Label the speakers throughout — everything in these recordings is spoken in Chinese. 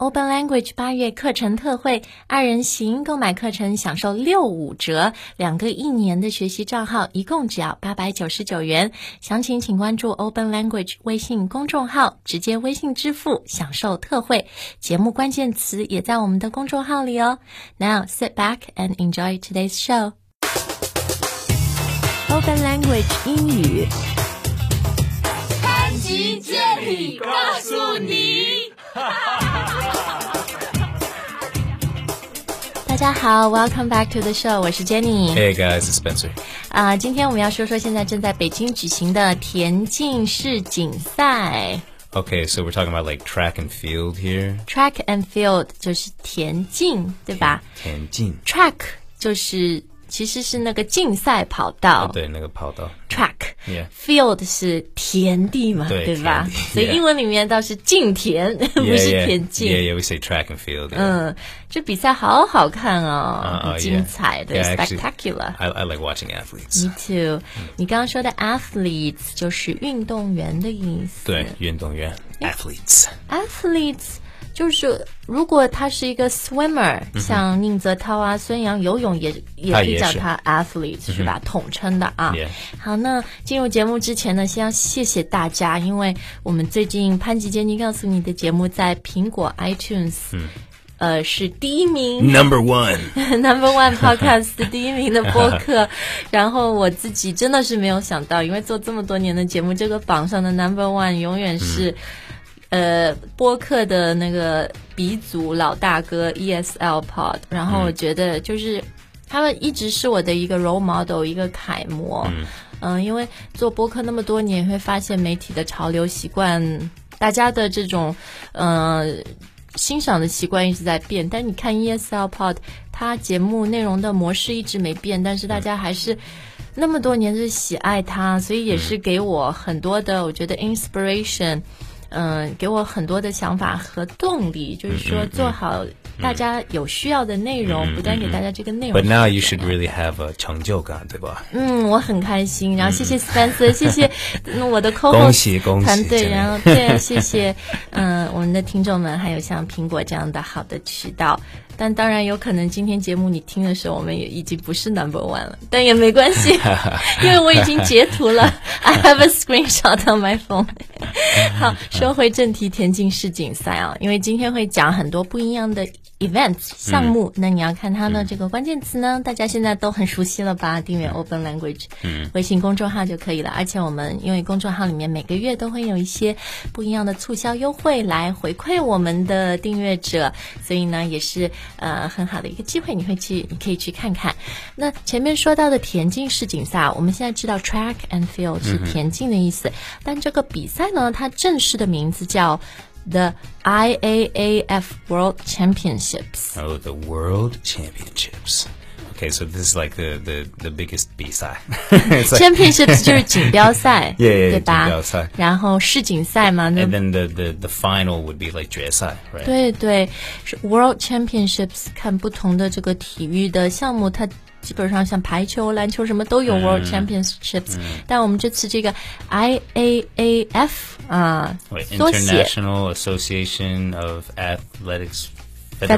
Speaker 1: Open Language 八月课程特惠，二人行购买课程享受六五折，两个一年的学习账号一共只要八百九十九元。详情请关注 Open Language 微信公众号，直接微信支付享受特惠。节目关键词也在我们的公众号里哦。Now sit back and enjoy today's show. Open Language 英语。
Speaker 2: 集见你，告诉你。
Speaker 1: 大家好，Welcome back to the show，我是 Jenny。
Speaker 3: Hey guys, it's Spencer.
Speaker 1: 啊、今天我们要说说现在正在北京举行的田径世锦赛
Speaker 3: Okay, so we're talking about like track and field here.
Speaker 1: （Track and Field） 就是田径，对吧
Speaker 3: 田径。
Speaker 1: ？Track 就是其实是那个竞赛跑道、
Speaker 3: 对，那个跑道。
Speaker 1: t r a c k
Speaker 3: Yeah
Speaker 1: Field 是田地嘛，
Speaker 3: 对
Speaker 1: 吧
Speaker 3: 田地？
Speaker 1: 所以
Speaker 3: yeah
Speaker 1: 英文里面倒是竞田， 不
Speaker 3: Yeah,
Speaker 1: 是
Speaker 3: yeah,
Speaker 1: 田
Speaker 3: Yeah,
Speaker 1: 径。
Speaker 3: yeah, we say track and field.
Speaker 1: 嗯，这比赛好好看哦，
Speaker 3: Uh,
Speaker 1: 很
Speaker 3: uh, yeah.
Speaker 1: 精彩的
Speaker 3: Yeah, actually,
Speaker 1: spectacular。
Speaker 3: I, I like watching athletes.
Speaker 1: Me too。你刚刚说的 athletes 就是运动员的意思。
Speaker 3: 对，运动员。Athletes.
Speaker 1: athletes 就是如果他是一个 swimmer，、像宁泽涛啊、孙杨游泳也也
Speaker 3: 嗯他
Speaker 1: 可
Speaker 3: 也
Speaker 1: 以叫
Speaker 3: 是嗯
Speaker 1: 他 athlete 是吧？统称的啊。
Speaker 3: Yeah
Speaker 1: 好，那进入节目之前呢，先要谢谢大家，因为我们最近潘吉杰尼告诉你的节目在苹果 iTunes，、呃是第一名。
Speaker 3: Number one.
Speaker 1: Number One Podcast 第一名的播客， 然后我自己真的是没有想到，因为做这么多年的节目，这个榜上的 Number One 永远是、呃播客的那个鼻祖老大哥 ESL Pod，然后我觉得就是。他们一直是我的一个 role model，一个楷模。嗯因为做播客那么多年，会发现媒体的潮流习惯，大家的这种呃欣赏的习惯一直在变。但你看 ESL Pod，它节目内容的模式一直没变，但是大家还是。那么多年是喜爱它，所以也是给我很多的，我觉得 inspiration，嗯、给我很多的想法和动力，就是说做好大家有需要的内容，不断给大家这个内容
Speaker 3: But
Speaker 1: 是
Speaker 3: now
Speaker 1: 什
Speaker 3: you
Speaker 1: 么样
Speaker 3: should really have uh, a 成就感，对吧？
Speaker 1: 嗯，我很开心。然后谢谢 Spencer，、谢谢嗯我的 co
Speaker 3: 恭喜恭喜
Speaker 1: 团队，
Speaker 3: 真的
Speaker 1: 然后对，谢谢 嗯、我们的听众们，还有像苹果这样的好的渠道。但当然有可能今天节目你听的时候，我们也已经不是 number one 了，但也没关 系，因为我已经截图了。I have a screenshot on my phone。好， 说回正题，田径世锦赛啊，因为今天会讲很多不一样的 events 项目，那你要看它的这个关键词呢，大家现在都很熟悉了吧？订阅 Open Language，嗯，微信公众号就可以了。而且我们因为公众号里面每个月都会有一些不一样的促销优惠来回馈我们的订阅者，所以呢，也是呃很好的一个机会，你会去，你可以去看看。那前面说到的田径世锦赛啊，我们现在知道 track and
Speaker 3: 嗯
Speaker 1: field 是田径的意思，但这个比赛呢，它正式的名字叫 The IAAF World Championships。
Speaker 3: Oh, the World Championships. Okay, so this is like the the the biggest B-side. It's like-
Speaker 1: Championships 就是锦标 赛
Speaker 3: Yeah, yeah, yeah，
Speaker 1: 对吧？
Speaker 3: 锦标赛
Speaker 1: 然后世锦赛嘛，那
Speaker 3: and then the, the the final would be like 决赛, right?
Speaker 1: 对对，是 World Championships 看不同的这个体育的项目，它基本上像排球、篮球什么都有 World Championships，、但我们这次这个 IAAF 啊、
Speaker 3: Wait,
Speaker 1: 缩写
Speaker 3: 哦 International Association of Athletics Federation.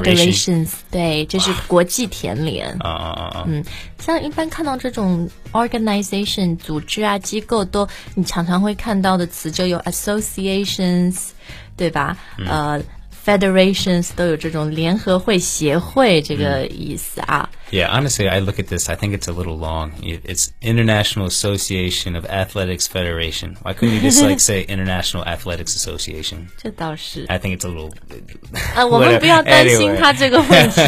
Speaker 1: Federations，对，这是国际田联。
Speaker 3: Uh, uh, uh,
Speaker 1: 嗯，像一般看到这种 organization 组织啊机构都，你常常会看到的词就有 associations，对吧？呃，federations 都有这种联合会、协会这个意思啊。
Speaker 3: yeah, honestly, I look at this, I think it's a little long. It- It's International Association of Athletics Federation. Why couldn't you just like say International Athletics Association?
Speaker 1: 这倒是
Speaker 3: I think it's a little.
Speaker 1: 啊，我们
Speaker 3: whatever.
Speaker 1: 不要担心
Speaker 3: Anyway.
Speaker 1: 他这个问 题，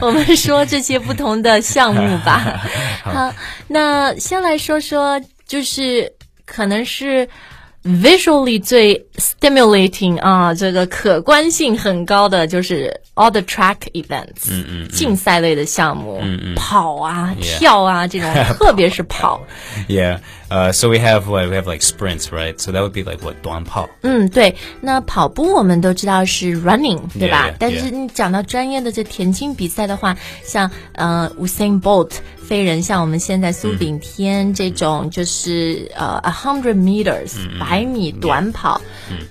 Speaker 1: 我们说这些不同的项目吧。 好，那先来说说，就是可能是 visually 最 stimulating 啊，这个可观性很高的就是 all the track events，嗯嗯，竞赛类的项目，跑啊、
Speaker 3: Yeah
Speaker 1: 跳啊这种，特别是跑。
Speaker 3: Yeah, Uh, so we have what we have like sprints, right? So that would be like what 短跑.
Speaker 1: 嗯，对，那跑步我们都知道是 running，对吧
Speaker 3: Yeah, yeah,。
Speaker 1: 但是你讲到专业的这田径比赛的话，像呃 Usain Bolt 飞人，像我们现在苏炳添这种，就是呃 a hundred meters 百米短跑，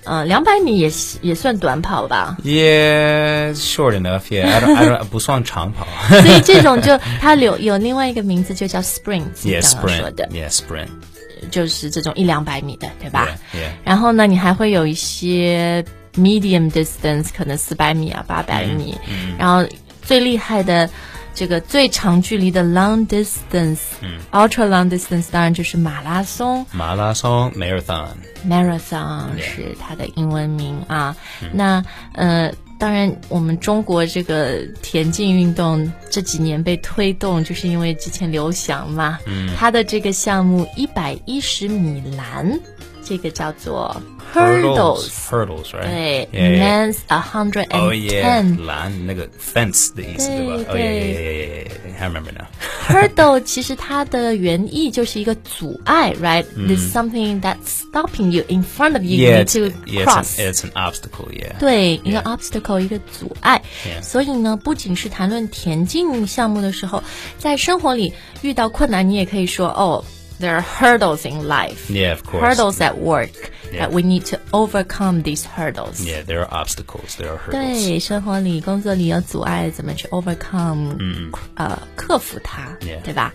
Speaker 1: 嗯，两百米也是也算短跑吧
Speaker 3: Yeah, short enough. Yeah, I don't. I don't. 不算长跑.
Speaker 1: 所以这种就它有有另外一个名字，就叫 sprint，你
Speaker 3: yeah,
Speaker 1: 刚刚说
Speaker 3: sprint.
Speaker 1: 的。
Speaker 3: Yeah, sprint.
Speaker 1: 就是这种一两百米的，对吧
Speaker 3: Yeah, yeah.
Speaker 1: 然后呢，你还会有一些 medium distance，可能四百米啊、八百米、然后最厉害的这个最长距离的 long distance，嗯，ultra long distance，当然就是马拉松
Speaker 3: 马拉松 marathon.
Speaker 1: marathon 是它的英文名啊。
Speaker 3: 嗯
Speaker 1: 那呃。当然，我们中国这个田径运动这几年被推动，就是因为之前刘翔嘛，嗯、他的这个项目一百一十米栏，这个叫做 hurdles，
Speaker 3: Hurdles, right?
Speaker 1: 对
Speaker 3: Yeah, yeah, yeah.
Speaker 1: ，men's a hundred
Speaker 3: Oh
Speaker 1: and
Speaker 3: yeah,
Speaker 1: ten
Speaker 3: land那个 fence 的意思对
Speaker 1: 对，
Speaker 3: 吧？Oh yeah, yeah,
Speaker 1: 对。
Speaker 3: yeah, yeah, yeah, yeah. I remember now.
Speaker 1: Hurdle 其实它的原意就是一个阻碍，right？There's、something
Speaker 3: 嗯
Speaker 1: that's stopping you in front of you. You
Speaker 3: yeah,
Speaker 1: need
Speaker 3: it's,
Speaker 1: to
Speaker 3: yeah,
Speaker 1: cross.
Speaker 3: it's an, it's an obstacle. Yeah.
Speaker 1: 对，一个
Speaker 3: Yeah.
Speaker 1: obstacle，一个阻碍。
Speaker 3: Yeah.
Speaker 1: 所以呢，不仅是谈论田径项目的时候，在生活里遇到困难，你也可以说哦。There are hurdles in life.
Speaker 3: Yeah, of course.
Speaker 1: Hurdles at work.
Speaker 3: Yeah.
Speaker 1: that we need to overcome these hurdles.
Speaker 3: Yeah, there are obstacles. There are hurdles.
Speaker 1: 对，生活里、工作里有阻碍，怎么去 overcome？嗯，呃，克服它
Speaker 3: Yeah
Speaker 1: 对吧？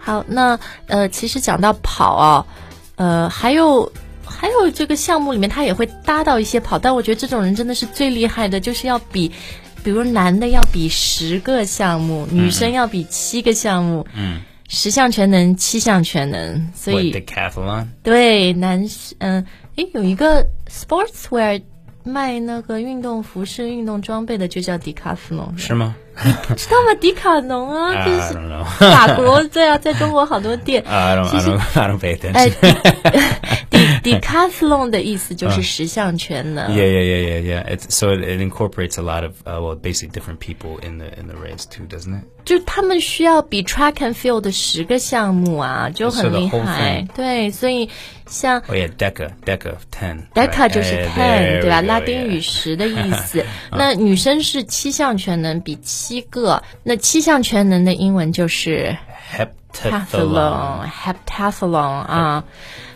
Speaker 1: 好，那呃，其实讲到跑哦，呃，还有还有这个项目里面，它也会搭到一些跑，但我觉得这种人真的是最厉害的，就是要比。比如男的要比十个项目，女生要比七个项目，嗯，十项全能，七项全能，所
Speaker 3: What
Speaker 1: 以
Speaker 3: decathlon?
Speaker 1: 对，男士，嗯，诶，有一个 sportswear 卖那个运动服饰、运动装备的，就叫迪卡斯侬，知
Speaker 3: 是吗？
Speaker 1: 道吗？迪卡侬啊，就
Speaker 3: I
Speaker 1: 是
Speaker 3: don't know.
Speaker 1: 法国，对啊，在中国好多店。
Speaker 3: I don't.
Speaker 1: 其
Speaker 3: I
Speaker 1: 实
Speaker 3: don't. I don't pay attention.
Speaker 1: 哎，迪迪卡斯隆的意思就是十项全能。
Speaker 3: Yeah, yeah, yeah, yeah, yeah. It's, so it, it incorporates a lot of uh, well, basically different people in the in the race too, doesn't it?
Speaker 1: 就他们需要比 track and field 的十个项目啊，就
Speaker 3: So
Speaker 1: 很
Speaker 3: the
Speaker 1: 厉
Speaker 3: whole
Speaker 1: 害
Speaker 3: thing.。
Speaker 1: 对，所以像
Speaker 3: Oh yeah, Deca, Deca ten.
Speaker 1: Deca
Speaker 3: right?
Speaker 1: 就是
Speaker 3: Eh,
Speaker 1: ten，
Speaker 3: there
Speaker 1: 对吧？
Speaker 3: we
Speaker 1: 拉
Speaker 3: go,
Speaker 1: 丁
Speaker 3: yeah. 啊
Speaker 1: 语十的意 思。那女生是七项全能，比七个。那七项全能的英文就是
Speaker 3: Heptathlon.
Speaker 1: heptathlon、heptathlon 啊。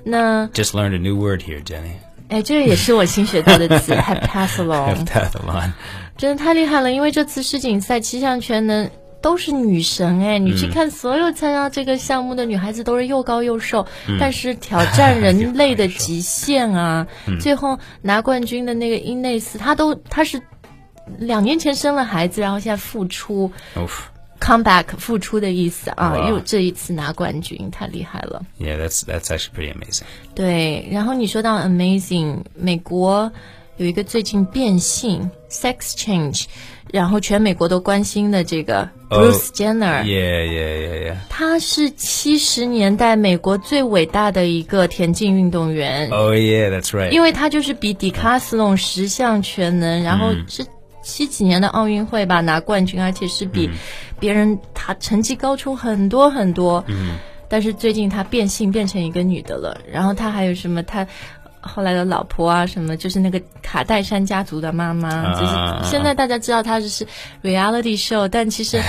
Speaker 1: 那
Speaker 3: Just learned a new word here, Jenny.
Speaker 1: 哎，这也是我新学到的 词 heptathlon，
Speaker 3: Heptathlon.
Speaker 1: 真的太厉害了！因为这次世锦赛七项全能。都是女神哎！你去看所有参加这个项目的女孩子都是又高又瘦，但是挑战人类的极限啊！最后拿冠军的那个伊内斯，她都她是两年前生了孩子，然后现在复出
Speaker 3: Oof.
Speaker 1: ，comeback 复出的意思啊！
Speaker 3: 哇
Speaker 1: 又这一次拿冠军，太厉害了。
Speaker 3: Yeah, that's that's actually pretty amazing.
Speaker 1: 对，然后你说到 amazing，美国有一个最近变性 sex change，然后全美国都关心的这个
Speaker 3: 哦
Speaker 1: Bruce Jenner，、
Speaker 3: Yeah, yeah, yeah, yeah.
Speaker 1: 他是七十年代美国最伟大的一个田径运动员
Speaker 3: Oh yeah, that's right.
Speaker 1: 因为他就是比迪卡斯隆十项全能，然后
Speaker 3: 嗯
Speaker 1: 是七几年的奥运会吧拿冠军，而且是比
Speaker 3: 嗯
Speaker 1: 别人他成绩高出很多很多。嗯，但是最近他变性变成一个女的了，然后他还有什么他。后来的老婆啊，什么就是那个卡戴珊家族的妈妈，
Speaker 3: 啊
Speaker 1: 就是现在大家知道她就是 reality show，但其 实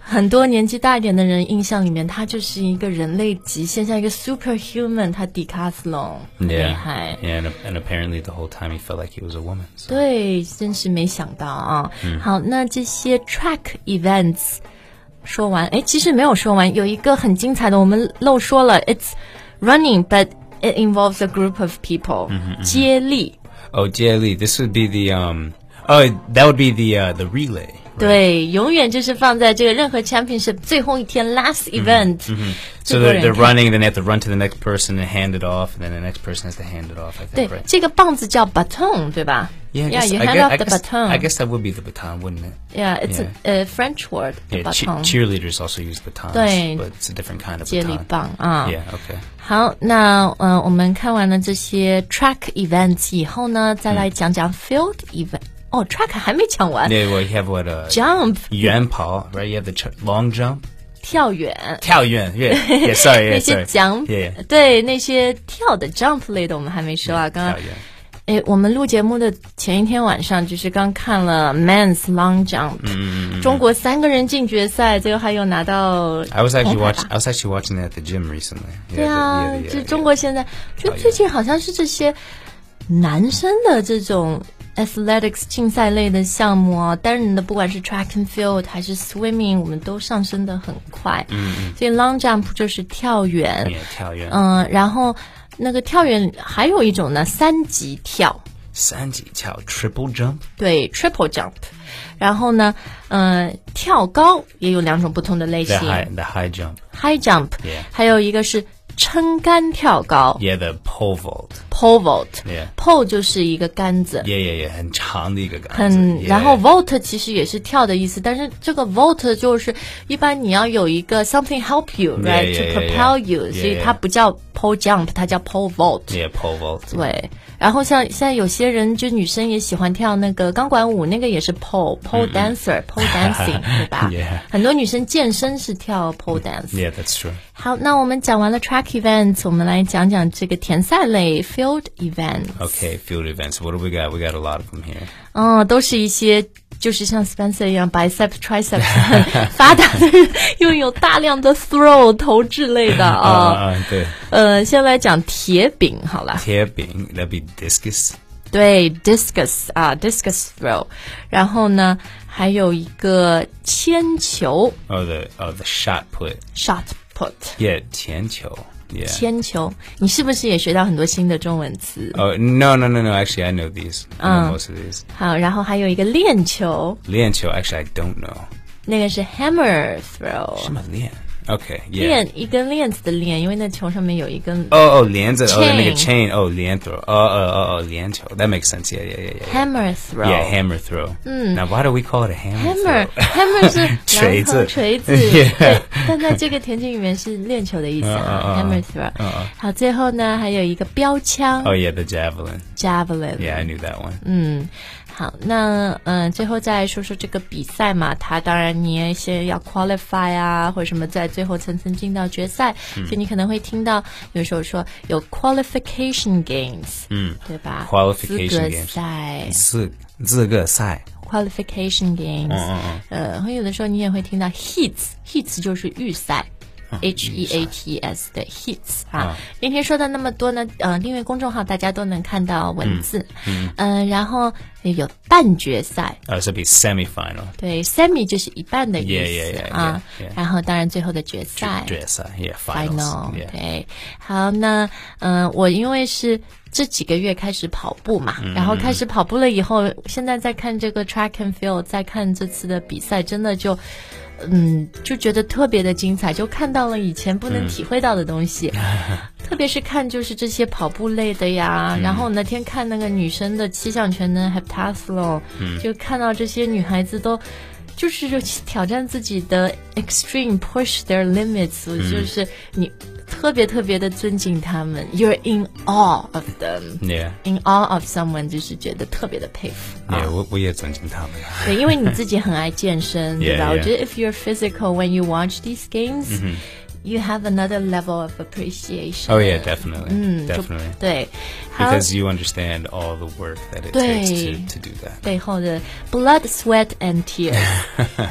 Speaker 1: 很多年纪大一点的人印象里面，她就是一个人类极限，像一个 superhuman，她迪卡斯隆很厉
Speaker 3: yeah.
Speaker 1: 害。
Speaker 3: Yeah, and, and apparently the whole time he felt like he was a woman. So.
Speaker 1: 对，真是没想到啊！好，那这些 track events 说完，哎，其实没有说完，有一个很精彩的，我们漏说了，it's running but it involves a group of people，、接力。
Speaker 3: Oh, Jia Lee, this would be the um. Oh, that would be the uh, the relay. right?
Speaker 1: 对，永远就是放在这个任何 championship 最后一天 last event，、
Speaker 3: So
Speaker 1: 最多
Speaker 3: they're,
Speaker 1: 人
Speaker 3: they're
Speaker 1: 看
Speaker 3: running, then they have to run to the next person and hand it off, and then the next person has to hand it off. I
Speaker 1: 对
Speaker 3: think, right?
Speaker 1: 这个棒子叫 baton，对吧
Speaker 3: I guess-
Speaker 1: you
Speaker 3: I
Speaker 1: hand
Speaker 3: guess-
Speaker 1: off
Speaker 3: I
Speaker 1: the
Speaker 3: guess-
Speaker 1: baton.
Speaker 3: I guess that would be the baton, wouldn't it?
Speaker 1: yeah, it's a- a French word. the
Speaker 3: Yeah, che-
Speaker 1: baton，
Speaker 3: cheerleaders also use batons,
Speaker 1: 对。
Speaker 3: but it's a different kind of
Speaker 1: 接力
Speaker 3: baton.
Speaker 1: 棒啊。
Speaker 3: Yeah, okay.
Speaker 1: 好，那呃，我们看完了这些 track events 以后呢，再来讲
Speaker 3: 嗯
Speaker 1: 讲 field event。哦，track 还没讲完
Speaker 3: Yeah, well, you have what? Uh,
Speaker 1: ，jump
Speaker 3: Yuan Paul, right? You have the ch- long jump.
Speaker 1: 跳远。
Speaker 3: 跳远，yeah, yeah, sorry,
Speaker 1: 那
Speaker 3: yeah,
Speaker 1: 些
Speaker 3: sorry.
Speaker 1: 奖
Speaker 3: Yeah, yeah.
Speaker 1: 对那些跳的 jump 类的，我们还没说啊。刚刚诶，我们录节目的前一天晚上，就是刚看了 men's long jump，、中
Speaker 3: 嗯
Speaker 1: 国三个人进决赛，最后还有拿到
Speaker 3: I was actually
Speaker 1: 铜牌吧
Speaker 3: watching. I was actually watching that at the gym recently.
Speaker 1: 对
Speaker 3: the-
Speaker 1: 啊哎
Speaker 3: yeah,，yeah,
Speaker 1: 就
Speaker 3: yeah.
Speaker 1: 中国现在，就
Speaker 3: 跳远
Speaker 1: 最近好像是这些男生的这种 athletics 竞赛类的项目啊，单人的不管是 track and field 还是 swimming，我们都上升的很快。嗯嗯，所以 long jump 就是跳远。
Speaker 3: Yeah, 跳远。
Speaker 1: 嗯，然后那个跳远还有一种呢，三级跳，
Speaker 3: 三级跳 triple jump.
Speaker 1: 对，triple jump。然后呢，嗯、跳高也有两种不同的类
Speaker 3: The
Speaker 1: 型
Speaker 3: high the high jump.
Speaker 1: ，high jump，、
Speaker 3: Yeah
Speaker 1: 还有一个是撑杆跳高
Speaker 3: Yeah, the pole vault.
Speaker 1: pole vault。
Speaker 3: Yeah.
Speaker 1: pole 就是一个杆子。
Speaker 3: Yeah, yeah, yeah. 很长的一个杆子。
Speaker 1: 很，
Speaker 3: Yeah,
Speaker 1: 然后
Speaker 3: yeah.
Speaker 1: vault 其实也是跳的意思，但是这个 vault 就是一般你要有一个 something help you
Speaker 3: Yeah,
Speaker 1: right
Speaker 3: yeah,
Speaker 1: to
Speaker 3: yeah,
Speaker 1: propel
Speaker 3: yeah.
Speaker 1: you，
Speaker 3: Yeah,
Speaker 1: 所以它
Speaker 3: yeah.
Speaker 1: 不叫 pole jump，它叫 pole vault。
Speaker 3: Yeah, pole vault.
Speaker 1: 对，然后像现在有些人，就女生也喜欢跳那个钢管舞，那个也是 pole pole dancer、pole dancing，对吧
Speaker 3: 嗯 Yeah
Speaker 1: 很多女生健身是跳 pole dance。
Speaker 3: Yeah, that's true.
Speaker 1: 好，那我们讲完了 track events，我们来讲讲这个田赛类 field events。
Speaker 3: Okay, field events. What do we got? We got a lot of them here.
Speaker 1: 嗯，都是一些就是像 Spencer 一样 bicep triceps 很 发达的人，拥有大量的 throw 投掷类 的
Speaker 3: Uh,
Speaker 1: 啊。呃，先来讲铁饼好了。
Speaker 3: 贴饼 that'd be discus.
Speaker 1: 对，discus 啊，discus throw，然后呢，还有一个铅球
Speaker 3: Oh, the oh the shot put.
Speaker 1: shot put，
Speaker 3: Yeah, 铅球. Yeah.
Speaker 1: 铅球，你是不是也学到很多新的中文词？
Speaker 3: Oh no no no no! Actually, I know these. I
Speaker 1: Uh.
Speaker 3: know most of these.
Speaker 1: 好，然后还有一个链球，
Speaker 3: 练球 actually I don't know.
Speaker 1: 那个是 hammer throw，
Speaker 3: 什么练? Okay, yeah.
Speaker 1: 链一根链子的链，因为那球上面有一根
Speaker 3: Oh oh 连着 oh then make a
Speaker 1: Chain.
Speaker 3: chain oh 连 throw oh oh oh oh 连 throw that makes sense yeah yeah yeah yeah yeah.
Speaker 1: hammer throw。
Speaker 3: yeah hammer throw now why do we call it a hammer
Speaker 1: hammer hammer
Speaker 3: throw?
Speaker 1: 是
Speaker 3: 锤子
Speaker 1: 榔头 锤 子，
Speaker 3: Yeah
Speaker 1: 对，但在这个田径里面是链球的意思 啊啊
Speaker 3: 嗯嗯
Speaker 1: ，hammer
Speaker 3: 嗯
Speaker 1: throw
Speaker 3: 嗯嗯。
Speaker 1: 好，最后呢还有一个标枪
Speaker 3: oh yeah the javelin
Speaker 1: javelin。
Speaker 3: yeah I knew that one
Speaker 1: 嗯，好，那嗯、呃最后再说说这个比赛嘛，它当然你也先要 qualify 啊，或者什么，在最后层层进到决赛，所以你可能会听到有时候说有 qualification games，嗯，对吧
Speaker 3: Qualification
Speaker 1: 资格
Speaker 3: games
Speaker 1: 赛
Speaker 3: 四四个赛
Speaker 1: qualification games，、呃，很有的时候你也会听到 heats，heats 就是预赛。H E A T S 的 hits 啊，今天说的那么多呢，呃，订阅公众号大家都能看到文字，嗯，然后有半决赛，
Speaker 3: oh so it'd be semifinal
Speaker 1: 对，semi 就是一半的意思
Speaker 3: Yeah, yeah, yeah,
Speaker 1: 啊
Speaker 3: yeah, yeah.
Speaker 1: 然后当然最后的决赛
Speaker 3: 决赛 yeah finals
Speaker 1: final，
Speaker 3: yeah
Speaker 1: 对，好，那嗯、呃我因为是这几个月开始跑步嘛，然后开始跑步了以后，现在在看这个 track and field，在看这次的比赛，真的就。嗯，就觉得特别的精彩，就看到了以前不能体会到的东西，特别是看就是这些跑步类的呀。
Speaker 3: 嗯
Speaker 1: 然后我那天看那个女生的七项全能 heptathlon，、就
Speaker 3: 嗯
Speaker 1: 看到这些女孩子都就是挑战自己的 extreme push their limits，、就是
Speaker 3: 嗯
Speaker 1: 你特别特别的尊敬他们，you're in awe of them。
Speaker 3: yeah
Speaker 1: In awe of someone，就是觉得特别的佩服啊
Speaker 3: yeah 我我也尊敬他们
Speaker 1: 对，因为你自己很爱健身，对
Speaker 3: Yeah,
Speaker 1: 吧？我
Speaker 3: yeah. 嗯
Speaker 1: 觉得 if you're physical when you watch these games，、you have another level of appreciation。
Speaker 3: oh yeah definitely
Speaker 1: 就
Speaker 3: definitely
Speaker 1: 对，好。
Speaker 3: because you understand all the work that it takes
Speaker 1: 对。
Speaker 3: to to do that
Speaker 1: 背后的 blood, sweat and tears，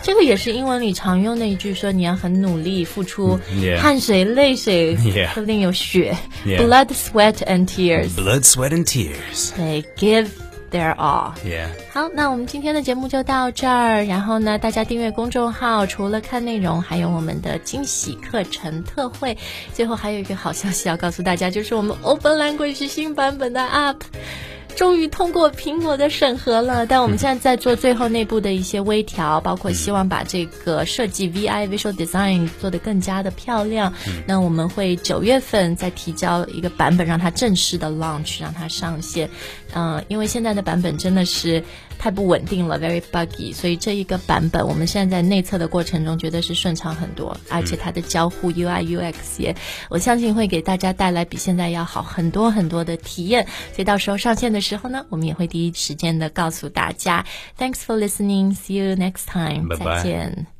Speaker 1: 这个也是英文里常用的一句，说你要很努力，付出
Speaker 3: 嗯 Yeah
Speaker 1: 汗水、泪水
Speaker 3: Yeah
Speaker 1: 说不定有血
Speaker 3: Yeah
Speaker 1: blood, sweat and tears，
Speaker 3: blood sweat and tears
Speaker 1: 对，give their all。
Speaker 3: yeah
Speaker 1: 好，那我们今天的节目就到这儿。然后呢，大家订阅公众号，除了看内容，还有我们的惊喜课程特惠。最后还有一个好消息要告诉大家，就是我们 Open Language 新版本的 App。终于通过苹果的审核了，但我们现在在做最后内部的一些微调，包括希望把这个设计 VI visual design 做得更加的漂亮。那我们会九月份再提交一个版本，让它正式的 launch，让它上线。嗯、因为现在的版本真的是太不稳定了，very buggy，所以这一个版本我们现在在内测的过程中觉得是顺畅很多，
Speaker 3: 嗯
Speaker 1: 而且它的交互 UI UX 也，我相信会给大家带来比现在要好很多很多的体验。所以到时候上线的时候呢，我们也会第一时间的告诉大家。Thanks for listening. See you next time.
Speaker 3: 拜拜
Speaker 1: 再见。